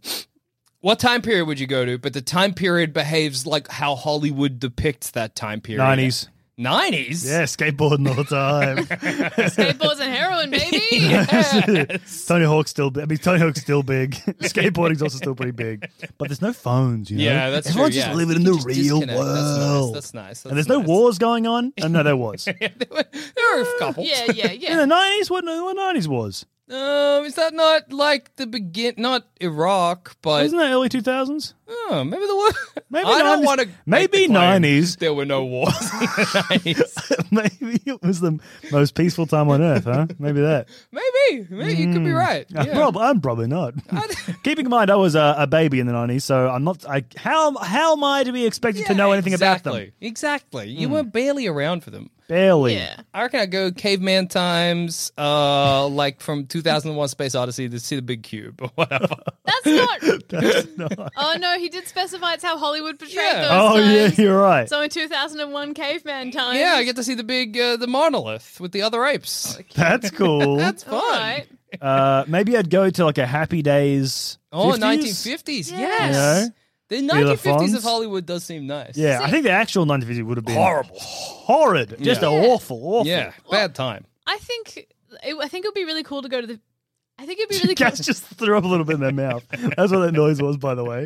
C: What time period would you go to? But the time period behaves like how Hollywood depicts that time period.
E: 90s.
C: 90s?
E: Yeah, skateboarding all the time.
B: Skateboards and heroin, baby.
E: Tony Hawk's still. bi- I mean, Tony Hawk's still big. Skateboarding's also still pretty big. But there's no phones. You know?
C: Yeah, that's true,
E: Everyone's
C: yeah.
E: just living in
C: You
E: the
C: just
E: real
C: disconnect. That's nice,
E: world.
C: that's nice,
E: and
C: that's
E: there's no
C: nice.
E: wars going on. Oh, no, there was.
C: There are a couple.
B: yeah, yeah, yeah.
E: In the nineties, what what nineties was?
C: Um, is that not like the begin? Not Iraq, but
E: Isn't that early two thousands?
C: Oh, maybe the war.
E: Maybe
C: I don't
E: 90s.
C: want to.
E: Maybe 90s.
C: There were no wars. in the 90s.
E: Maybe it was the most peaceful time on earth, huh? Maybe that.
C: Maybe. Maybe you
E: Hmm.
C: could be right.
E: I'm,
C: Yeah.
E: prob- I'm probably not. Keeping in mind, I was a, a baby in the nineties, so I'm not. I, how how am I to be expected to
C: Yeah,
E: know anything about
C: exactly.
E: them? Hmm.
C: Exactly. You were barely around for them.
E: Barely.
B: yeah.
C: I reckon I go caveman times, uh, like from 2001 Space Odyssey to see the big cube or whatever.
B: That's not.
E: That's not-
B: Oh no, he did specify it's how Hollywood portrayed
C: Yeah.
B: those
E: oh yeah,
B: times.
E: you're right.
B: So in 2001 caveman times.
C: yeah, I get to see the big, uh, the monolith with the other apes.
E: That's cool.
C: That's fun.
B: All right.
E: uh, maybe I'd go to like a Happy Days.
C: Oh,
E: 1950s.
C: 1950s.
E: Yeah.
C: Yes. The
E: the
C: 1950s of
E: fonts.
C: Hollywood does seem nice.
E: Yeah, I think the actual 1950s would have been
C: Horrible.
E: horrid, just
C: Yeah.
E: awful, awful.
C: Yeah. Bad time.
B: I think it, I think it would be really cool to go to the I think it'd be really cool.
E: Cats just threw up a little bit in their mouth. That's what that noise was, by the way.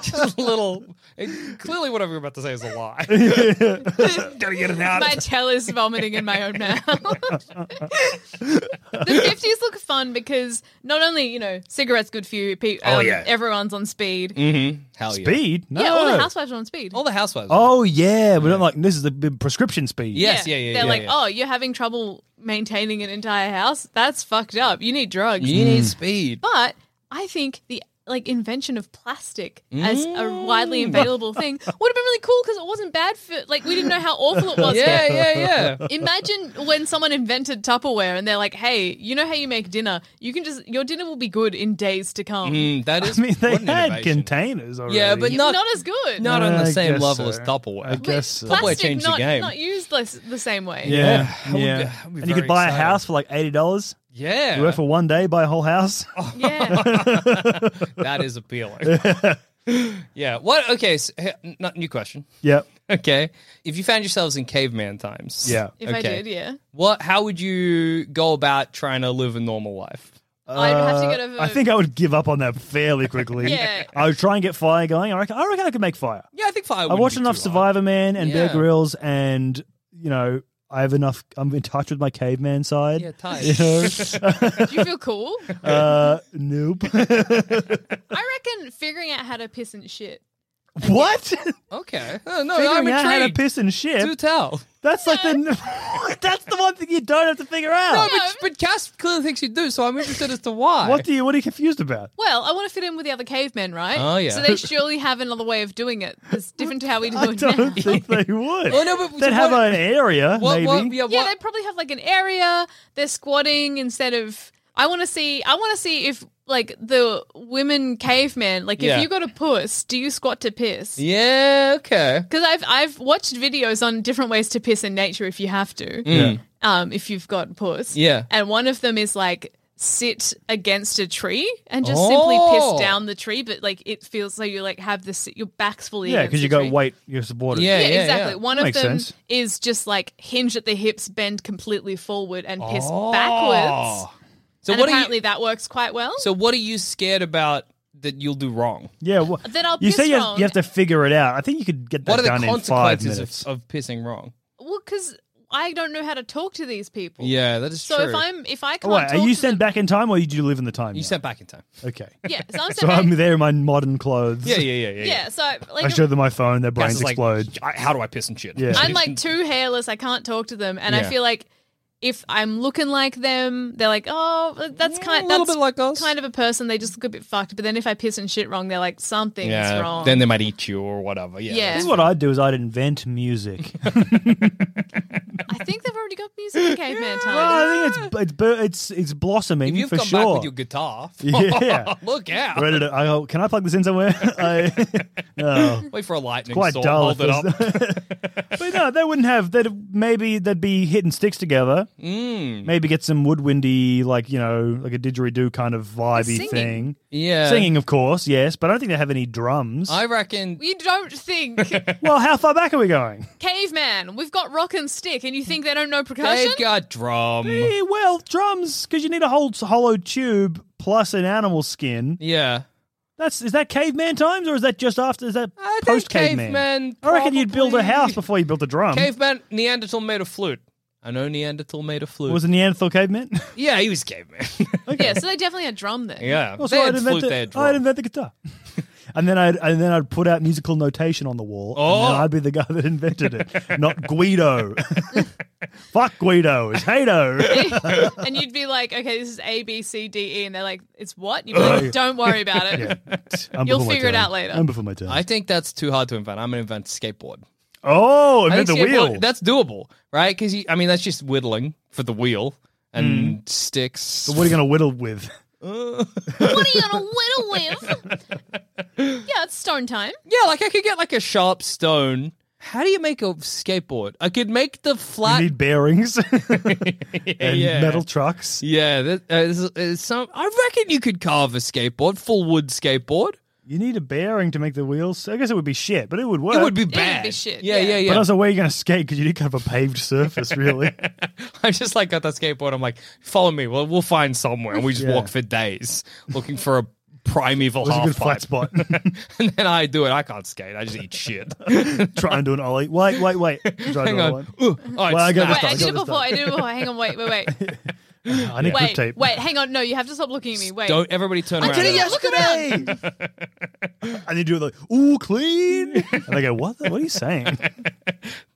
C: Just a little. it- clearly, whatever you're about to say is a lie.
E: Gotta get it out.
B: My tail is vomiting in my own mouth. the fifties look fun because not only you know cigarettes good for you, pe- um,
C: yeah.
B: everyone's on speed.
C: Mm-hmm. Hell yeah.
E: Speed? No.
B: Yeah, all the housewives are on speed.
C: All the housewives.
E: oh, yeah. We don't like this is the big prescription speed.
C: yes, yeah, yeah.
B: They're
C: yeah,
B: like,
C: yeah.
B: oh, you're having trouble maintaining an entire house. That's fucked up. You need drugs.
C: you
E: Mm.
C: need speed.
B: But I think the like invention of plastic as
C: Mm.
B: a widely available thing would have been really cool because it wasn't bad for like we didn't know how awful it was.
C: Yeah, yeah, yeah.
B: Imagine when someone invented Tupperware and they're like, "Hey, you know how you make dinner? You can just your dinner will be good in days to come."
C: Mm, that
E: I
C: is.
E: mean, they
C: what an
E: had
C: innovation.
E: containers already.
C: Yeah, but
B: Not,
C: not
B: as good.
C: not on the
E: I
C: same
E: guess
C: level
E: so.
C: as Tupperware.
E: I guess so.
C: Tupperware
B: plastic
C: changed the
B: not,
C: game.
B: not used the, s- the same way.
E: Yeah.
C: I would be-
E: yeah.
C: I would be
E: and you
C: very
E: could buy
C: excited.
E: a house for like $80.
C: Yeah, Oh.
E: You work for one day, buy a whole house.
B: Yeah.
C: that is appealing. yeah. What? Okay. So, hey, n- not new question.
E: Yep.
C: Okay. If you found yourselves in caveman times,
E: Yeah.
B: If I
C: Okay.
B: did, yeah.
C: What? How would you go about trying to live a normal life?
B: I'd have to get
E: Uh,
B: over.
E: I think I would give up on that fairly quickly.
B: Yeah.
E: I would try and get fire going. I reckon I, reckon I could make fire.
C: Yeah, I think fire.
E: I
C: wouldn't
E: watched
C: be
E: enough
C: too hard.
E: Survivor Man and
C: Yeah.
E: Bear Grylls, and you know, I have enough. I'm in touch with my caveman side.
C: Yeah, tight.
E: You know?
B: Do you feel cool?
E: uh, nope.
B: I reckon figuring out how to piss and shit.
E: what?
C: Okay. Uh, No, no I'm
E: Figuring out how to
C: intrigued.
E: piss and
C: Do
E: shit.
C: tell.
E: That's like the. that's the one thing you don't have to figure out.
C: But, but Cass clearly thinks you do, so I'm interested as to why.
E: what do you? What are you confused about?
B: Well, I want to fit in with the other cavemen, right?
C: Oh, yeah.
B: So they surely have another way of doing it that's different to how we do
E: I
B: it now.
E: don't think they would.
C: Well, Oh, no, but
E: They'd have
C: what-
E: an area,
C: What,
E: maybe.
C: what, yeah,
B: Yeah,
C: what-
B: they probably have like an area. They're squatting instead of. I want to see. I want to see if like the women cavemen. Like
C: Yeah.
B: if you got a puss, do you squat to piss?
C: yeah, okay.
B: Because I've I've watched videos on different ways to piss in nature if you have to.
C: Mm.
B: Um, if you've got puss.
C: Yeah.
B: And one of them is like sit against a tree and just simply
C: Oh.
B: piss down the tree, but like it feels like you like have this your back's fully
E: yeah,
B: against
E: because you
B: the
E: got
B: tree.
E: weight. You're supported.
C: Yeah,
B: Yeah,
C: yeah,
B: exactly.
C: yeah.
B: One of
E: Makes
B: them
E: sense.
B: is just like hinge at the hips, bend completely forward, and piss
C: Oh.
B: backwards.
C: So
B: and
C: what are
B: apparently
C: you?
B: that works quite well.
C: So what are you scared about that you'll do wrong?
E: Yeah, well,
B: Then I'll
E: you
B: piss
E: say you
B: wrong.
E: have, you have to figure it out. I think you could get that
C: What are
E: done
C: the
E: in five
C: consequences
E: minutes.
C: of, of pissing wrong?
B: well, because I don't know how to talk to these people.
C: Yeah, that is
B: So
C: true.
B: if I'm if I
E: Oh,
B: can't
E: wait, are
B: talk
E: you
B: to
E: sent
B: them-
E: back in time, or did you live in the time?
C: you
E: now?
C: sent back in time.
E: Okay,
B: Yeah, so I'm
E: so
B: sent back-
E: I'm there in my modern clothes.
C: Yeah, yeah, yeah, yeah.
B: Yeah, so like
E: I show them my phone, their
C: Cass
E: brains
C: is like,
E: explode.
C: "I- how do I piss and shit?
E: Yeah.
B: I'm like too hairless. I can't talk to them, and
C: Yeah.
B: I feel like if I'm looking like them, they're like, "Oh, that's kind
C: a little
B: that's
C: bit like us.
B: kind of a person." They just look a bit fucked. But then if I piss and shit wrong, they're like, "Something's
C: yeah.
B: wrong."
C: Then they might eat you or whatever. Yeah.
B: Yeah.
E: this is what I'd do: is I'd invent music.
B: I think they've already got music in caveman time.
E: well, I think it's it's bur- it's it's blossoming
C: If you've
E: for
C: come
E: sure.
C: back with your guitar,
E: Yeah.
C: look out.
E: Ready to- I go, can I plug this in somewhere? I, oh,
C: Wait for a lightning
E: quite
C: storm.
E: dull. if
C: Hold it up.
E: there's- but no, they wouldn't have. They'd maybe they'd be hitting sticks together.
C: Mm.
E: Maybe get some woodwindy, like you know, like a didgeridoo kind of vibey
B: Singing.
E: thing.
C: Yeah.
E: Singing, of course, yes, but I don't think they have any drums.
C: Uh, I reckon.
B: You don't think
E: well, how far back are we going?
B: caveman? We've got rock and stick, and you think they don't know percussion?
C: They've got drum.
E: Eh, well, drums, because you need a whole s- hollow tube plus an animal skin.
C: Yeah.
E: That's is that caveman times or is that just after? Is that
C: I think
E: post caveman?
C: caveman
E: I reckon you'd build a
C: probably-
E: house before you built a drum.
C: Caveman, Neanderthal made a flute. I know Neanderthal made a flute.
E: Was a Neanderthal caveman?
C: yeah, he was caveman.
B: Yeah, so they definitely had drum there.
C: yeah.
E: Well,
C: they
E: so
C: had
E: I'd
C: flute,
E: invent
C: they had
E: the, I'd
C: drum.
E: invent the guitar. And then I'd and then I'd put out musical notation on the wall, and
C: Oh.
E: then I'd be the guy that invented it, not Guido. Fuck Guido, it's Hato.
B: and you'd be like, okay, this is A, B, C, D, E, and they're like, it's what? You'd be like, don't worry about it.
E: I'm
B: You'll
E: before my
B: figure it
E: time.
B: out later.
E: I'm before my time.
C: I think that's too hard to invent. I'm going to invent skateboard.
E: oh,
C: I
E: invent the
C: think skateboard-
E: wheel.
C: That's doable, right? Because, I mean, that's just whittling for the wheel
E: Hmm.
C: and sticks.
E: What are you going to whittle with?
B: What are you gonna whittle with? yeah, it's stone time.
C: yeah, like I could get like a sharp stone. How do you make a skateboard? I could make the
E: You
C: flat.
E: need bearings and
C: yeah.
E: metal trucks.
C: yeah, that, uh, is- is some, I reckon you could carve a skateboard, full wood skateboard.
E: You need a bearing to make the wheels. I guess it would be shit, but it would work.
C: It would be bad.
B: be shit,
C: Yeah,
B: yeah.
C: yeah, yeah.
E: But also, where are you going to skate? Because you need kind of a paved surface, really.
C: I just like got that skateboard. I'm like, follow me. Well, we'll find somewhere, and we just
E: Yeah.
C: walk for days looking for a primeval
E: Where's a
C: half
E: good flat
C: pipe.
E: spot?
C: and then I do it. I can't skate. I just eat shit.
E: Try and do an ollie. Wait, wait, wait. Try and
C: Hang
E: do an
C: on.
E: ollie.
C: Ooh. Oh,
E: Well, I
C: it's
E: got this done,
B: Wait, I did it
C: not-
E: got this
B: before.
E: done.
B: I did it before. Hang on, wait, wait, wait.
E: Oh, I need grip
B: Wait,
E: tape.
B: wait, hang on. No, you have to stop looking at me. Wait.
C: Don't everybody turn around. and-
E: yesterday. and they do it like, ooh, clean. And they go, what? The, what are you saying?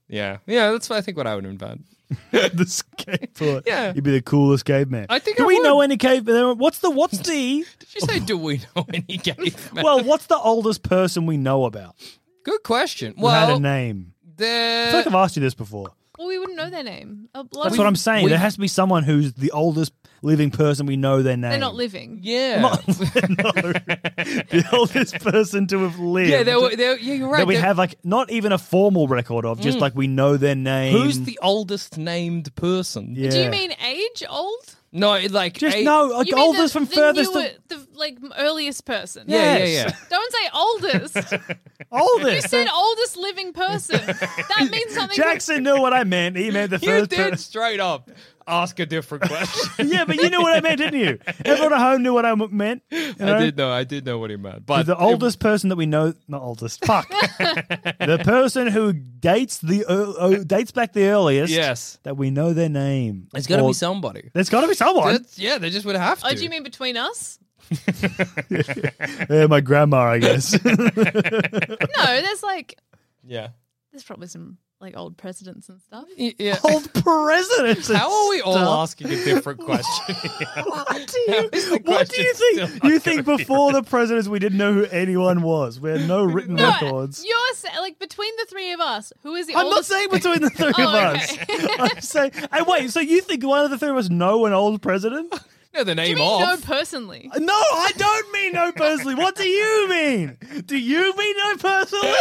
C: Yeah, yeah. That's what I think what I would invent.
E: the skateboard.
C: Yeah.
E: You'd be the coolest caveman.
C: I think
E: Do
C: I
E: we
C: would.
E: know any caveman? What's the what's the?
C: Did you say, do we know any gay men?
E: well, what's the oldest person we know about?
C: good question.
E: Who had a
C: Well, uh,
E: name. I feel
C: the
E: like I've asked you this before.
B: Well, we Oh, wouldn't know their name. A lot
E: That's
B: of-
E: what I'm saying. There
C: we've-
E: has to be someone who's the oldest living person we know their name.
B: They're not living.
C: yeah,
E: the oldest person to have lived.
C: yeah. There were, there, yeah, you're right.
E: that we
C: There- Mm.
E: have like not even a formal record of, just like we know their name.
C: Who's the oldest named person?
E: Yeah.
B: Do you mean age old?
C: No, it, like
E: just
C: eight-
E: no like
B: you mean
E: Uh, oldest
B: the,
E: from
B: the
E: furthest
B: newer-
E: to
B: the like earliest person.
C: Yeah, yeah,
E: Yes.
C: yeah.
B: Don't say oldest. you
E: oldest?
B: said oldest living person. That means something.
E: Jackson knew what I meant. He meant the
C: You
E: first
C: did
E: person.
C: straight up ask a different question.
E: Yeah, but you knew what I meant, didn't you? Everyone at home knew what I m- meant. you know?
C: I did know. I did know what he meant. But
E: the oldest person that we know, not oldest, fuck, the person who dates the ear- oh, dates back the earliest.
C: Yes.
E: that we know their name.
C: it's got to
E: Or-
C: be somebody.
E: There's got to be someone.
C: That's, yeah, they just would have to.
B: Oh, do you mean between us?
E: Yeah, my grandma, I guess.
B: No, there's like
C: Yeah.
B: there's probably some like old presidents and stuff.
C: Y- Yeah.
E: Old presidents. and
C: How are we all
E: stuff.
C: asking a different question?
E: What do you,
C: is the
E: what do
C: question
E: you
C: still
E: think?
C: not
E: You think before the presidents we didn't know who anyone was. We had no written
B: No,
E: records.
B: you're sa- like between the three of us, who is the
E: I'm not
B: oldest?
E: saying between the three
B: Oh,
E: of us. I'm saying, and wait, so you think one of the three of us know an old president?
C: no, the
B: do you
C: name
B: mean no
C: off.
B: personally?
E: No, I don't mean no personally. What do you mean? Do you mean no personally?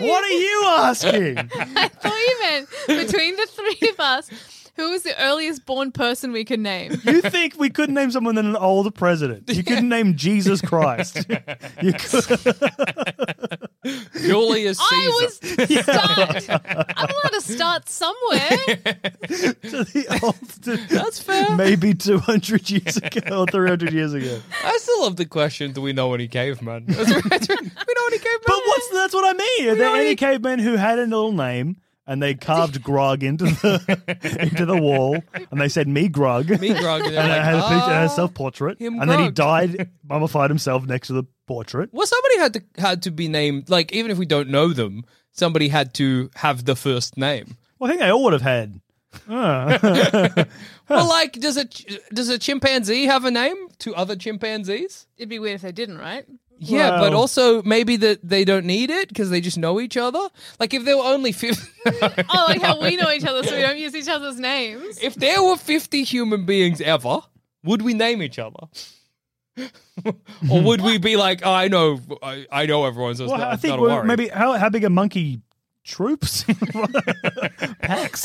E: what are you asking?
B: I thought you meant between the three of us, who is the earliest born person we could name?
E: You think we couldn't name someone than an older president? You couldn't name Jesus Christ. You could.
C: Julius Caesar.
B: I was start. I'm allowed to start somewhere.
E: to the old,
C: That's fair.
E: Maybe 200 years ago or 300 years ago.
C: I still love the question. Do we know any cavemen? That's right, that's right. we know any cavemen?
E: But what's that's what I mean. Are there
C: know,
E: any
C: you-
E: cavemen who had a little name and they carved Grog into the into the wall and they said me Grog
C: me grog? And they're
E: and
C: like,
E: it had a picture, it had a
C: "Ah."
E: self portrait
C: him
E: and then he
C: Grog.
E: died mummified himself next to the portrait.
C: Well, somebody had to had to be named. Like, even if we don't know them, somebody had to have the first name.
E: Well, I think they all would have had.
C: Well, like, does a ch- does a chimpanzee have a name to other chimpanzees?
B: It'd be weird if they didn't, right?
C: Yeah, but
E: Well-
C: also maybe that they don't need it because they just know each other. Like, if there were only fifty,
B: Oh, like how we know each other, so we don't use each other's names.
C: if there were fifty human beings ever, would we name each other? or would we be like, oh, I know, I, I know everyone, so it's
E: Well,
C: not,
E: I
C: it's
E: think
C: not a
E: we're-
C: worry.
E: maybe how how big are monkey troops?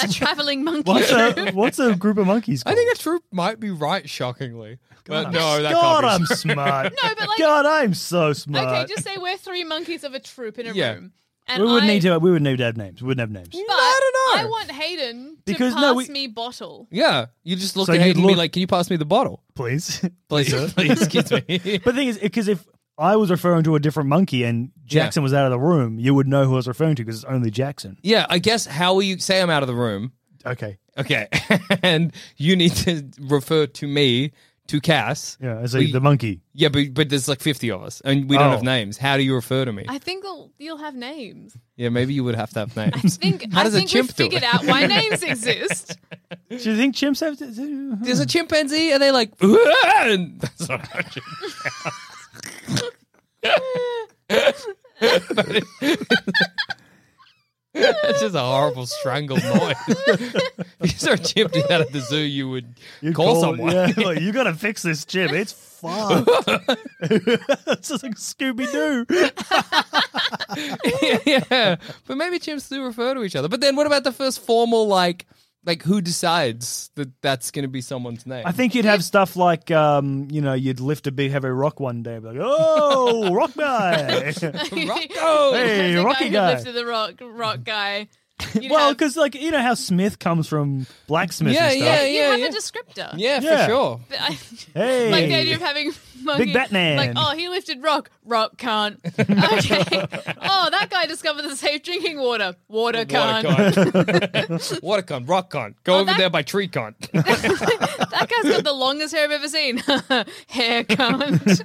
B: A traveling monkey.
E: what's a what's a group of monkeys?
C: I
E: called?
C: think a troop might be right, shockingly. But
E: I'm
C: no, that
E: God,
C: can't
E: I'm
C: be true.
E: smart.
B: No, but like-
E: God, I'm so smart.
B: Okay, just say we're three monkeys of a troop in a
C: Yeah.
B: room. And
E: we would
B: I,
E: need to. We would need to have names. We wouldn't have names.
B: But
C: I don't know.
B: I want Hayden to
E: Because,
B: pass
E: no, we-
B: me bottle.
C: Yeah, you just look
E: So
C: at
E: you'd
C: Hayden and be
E: look-
C: like, "Can you pass me the bottle,
E: Please.
C: please? please, excuse me."
E: But the thing is, because if I was referring to a different monkey and Jackson was out of the room, you would know who I was referring to because it's only Jackson.
C: yeah, I guess how will you say I'm out of the room?
E: Okay.
C: Okay, and you need to refer to me to Cass.
E: Yeah, as a,
C: We-
E: the monkey.
C: Yeah, but but there's like 50 of us, and we don't
E: Oh.
C: have names. How do you refer to me?
B: I think you'll, you'll have names.
C: yeah, maybe you would have to have
B: I
C: names.
B: think
C: How
B: I
C: does a
B: think
C: chimp
B: we've
C: do
B: figured
C: it?
B: out why names exist.
E: Do you think chimps have? To,
C: There's a chimpanzee, and they like. And that's not how chimp- But it- That's just a horrible strangled noise. if you saw a chimp do that at the zoo, you would
E: You'd
C: call, someone.
E: Yeah, like, you gotta fix this chimp. It's fucked. it's just like Scooby Doo.
C: yeah, but maybe chimps do refer to each other. But then, what about the first formal like Like, who decides that that's going to be someone's name?
E: I think you'd have stuff like, um, you know, you'd lift a big heavy rock one day, and be like, oh, rock guy.
C: Rocco!
E: Hey,
B: the
E: Rocky
B: guy,
E: guy.
B: Who lifted the rock, rock guy. You'd
E: well,
B: have-
E: because like you know how Smith comes from blacksmith.
C: Yeah,
E: and stuff.
C: yeah,
B: you
C: yeah,
B: have
C: yeah.
B: a descriptor.
C: yeah,
E: Yeah.
C: for sure.
B: But I-
E: Hey,
B: Like the idea of having monkey,
E: Batman.
B: Like, oh, he lifted rock. Rock can't. Okay. oh, that guy discovered the safe drinking water. Water can't.
C: Watercon. Watercon, Rockcon. Go over
B: that-
C: there by Treecon.
B: that guy's got the longest hair I've ever seen. hair can't.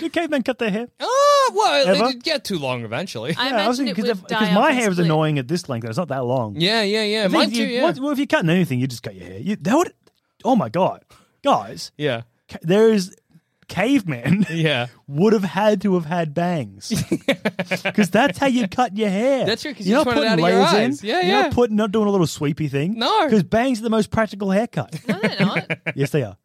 E: do cavemen cut their hair?
C: oh, well,
E: Ever?
C: they did get too long eventually.
B: I
E: Yeah, I was
B: imagine
E: thinking
B: it
E: because
B: would
E: if-
B: die
E: because
B: off
E: my
B: and
E: hair is
B: split.
E: annoying at this length. though. It's not that long.
C: yeah, yeah, yeah.
E: I think
C: Mine
E: you-
C: too, yeah.
E: once- well, if you're cutting anything, you just cut your hair. You, that would. Oh my god, guys,
C: yeah.
E: ca- there is cavemen
C: Yeah.
E: would have had to have had bangs because that's how you cut your hair.
C: That's true, 'cause
E: you're
C: you
E: not
C: just want it
E: putting
C: out of your
E: layers
C: eyes.
E: in.
C: Yeah,
E: you're
C: yeah.
E: Not putting, not doing a little sweepy thing.
C: No.
E: because bangs are the most practical haircut.
B: No, they're not.
E: yes, they are.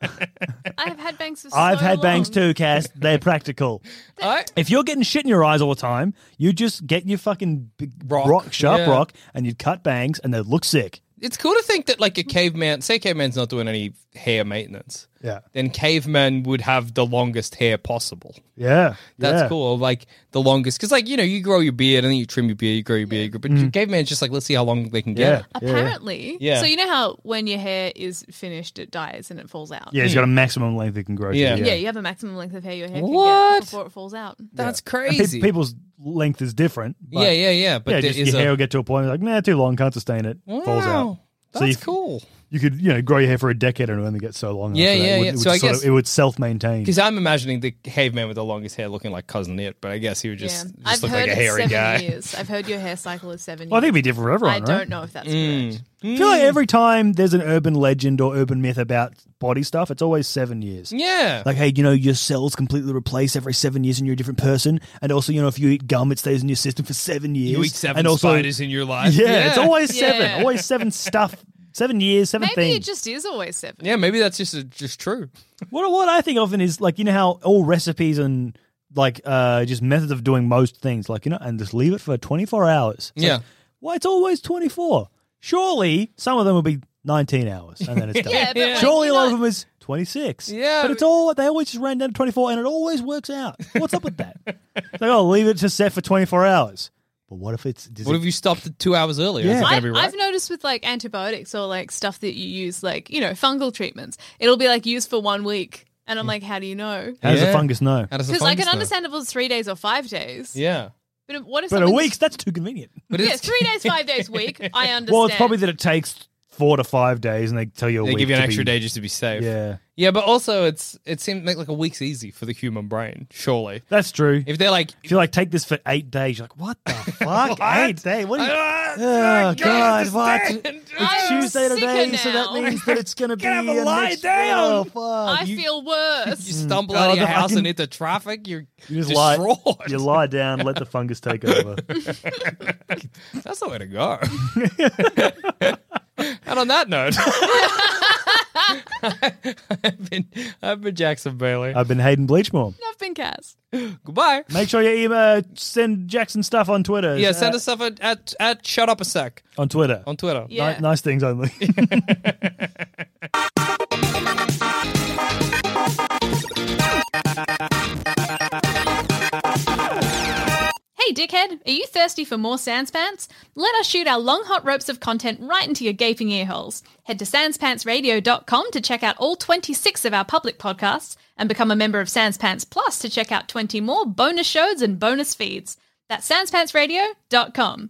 B: I've had bangs for so
E: I've had bangs
B: long.
E: too, Cass. They're practical.
C: I,
E: If you're getting shit in your eyes all the time, you just get your fucking big
C: Rock.
E: rock, sharp
C: Yeah.
E: rock, and you'd cut bangs, and they'd look sick.
C: it's cool to think that, like, a caveman, say caveman's not doing any hair maintenance,
E: Yeah,
C: then cavemen would have the longest hair possible.
E: yeah,
C: That's
E: yeah.
C: cool. Like the longest, because like you know, you grow your beard and then you trim your beard, you grow your beard, but caveman's just like let's see how long they can get.
E: Mm-hmm. Yeah,
C: it.
B: Apparently.
C: Yeah.
B: So you know how when your hair is finished, it dies and it falls out.
E: Yeah, it's got a maximum length it can grow. to,
C: Yeah.
B: Yeah, you have a maximum length of hair your hair can
C: What?
B: get before it falls out.
C: That's
E: Pe-
C: crazy.
E: people's length is different. but-
C: yeah, yeah, yeah. But
E: yeah,
C: there
E: just
C: is
E: your
C: a,
E: hair will get to a point like, nah, too long, can't sustain it. Falls out.
C: Wow,
E: So
C: That's
E: you-
C: cool.
E: You could, you know, grow your hair for a decade and it only gets so long.
C: Yeah,
E: after that.
C: yeah,
E: It would-
C: yeah.
E: It would,
C: So I
E: sort of-
C: guess-
E: it would self-maintain.
C: Because I'm imagining the caveman with the longest hair looking like cousin it, but I guess he would just,
B: yeah.
C: just
B: I've
C: look
B: heard
C: like a
B: it's
C: hairy
B: seven
C: guy.
B: years. I've heard your hair cycle is seven
E: Well, I think it'd
B: years.
E: be different for everyone,
B: I
E: right?
B: don't know if that's
C: Mm.
B: correct.
E: I feel like every time there's an urban legend or urban myth about body stuff, it's always seven years.
C: Yeah.
E: Like, hey, you know, your cells completely replace every seven years and you're a different person. And also, you know, if you eat gum, it stays in your system for seven years.
C: you eat seven
E: and also,
C: spiders in your
E: Yeah,
C: life.
E: it's always
B: Yeah.
E: seven. Always seven stuff. Seven years, seven
B: Maybe
E: things.
B: it just is always seven.
C: Yeah, maybe that's just uh, just true.
E: What what I think often is like you know how all recipes and like uh just methods of doing most things like you know and just leave it for 24 hours. It's
C: Yeah.
E: Like, well, it's always 24. Surely some of them will be 19 hours and then it's done.
B: Yeah, but like,
E: Surely a
B: you
E: lot
B: know-
E: of them is 26.
C: Yeah,
E: But
C: but-
E: it's all they always just ran down to 24 and it always works out. What's up with that? It's like oh, leave it to set for 24 hours. But what if it's does
C: What
E: it-
C: if you stopped it two hours earlier? Is
E: Yeah.
C: it gonna
B: I've,
C: be right?
B: I've noticed with like antibiotics or like stuff that you use, like, you know, fungal treatments, it'll be like used for one week. And I'm like, how do you know?
E: how does
C: Yeah.
E: the fungus know?
C: How does the
B: Because I can
C: fungus know?
B: understand if it was three days or five days.
C: Yeah.
B: But if- what if
E: But a
B: someone's-
E: week's that's too convenient.
C: But
B: Yeah, three days, five days, week. I understand.
E: Well, it's probably that it takes 4 to 5 days and they tell you a
C: They
E: week
C: give you an
E: to
C: extra
E: be-
C: day just to be safe.
E: Yeah.
C: Yeah, but also it's it seems like, like a week's easy for the human brain, surely.
E: That's true. If,
C: If they're like,
E: you like take this for eight days, you're like, what the fuck? Eight days? What? Are you,
C: "Ah,
E: oh
C: God,
E: God, what?
C: understand."
B: I'm
E: It's Tuesday
B: sicker
E: today, so that
B: now.
E: means that it's gonna be
C: Gotta have a
E: a
C: lie
E: next,
C: down.
E: Oh, fuck.
B: I
E: you,
B: feel worse.
C: you stumble
E: Oh,
C: out of your
E: no, I
C: house and
E: can-
C: into traffic, you're
E: you just
C: destroyed.
E: lie. You lie down, let the fungus take over.
C: That's the way to go. and on that note, I've been I've been Jackson Bailey.
E: I've been Hayden Bleachmore.
B: I've been cast.
C: Goodbye.
E: Make sure you email, uh, send Jackson stuff on Twitter.
C: Yeah, send
E: Uh,
C: us stuff at, at at shut up a sec
E: on Twitter.
C: on Twitter.
E: Ni-
B: Yeah.
E: nice things only.
B: Hey, dickhead, are you thirsty for more Sanspants? Let us shoot our long, hot ropes of content right into your gaping ear holes. Head to sanspantsradio.com to check out all 26 of our public podcasts and become a member of Sanspants Plus to check out 20 more bonus shows and bonus feeds. That's sanspantsradio.com.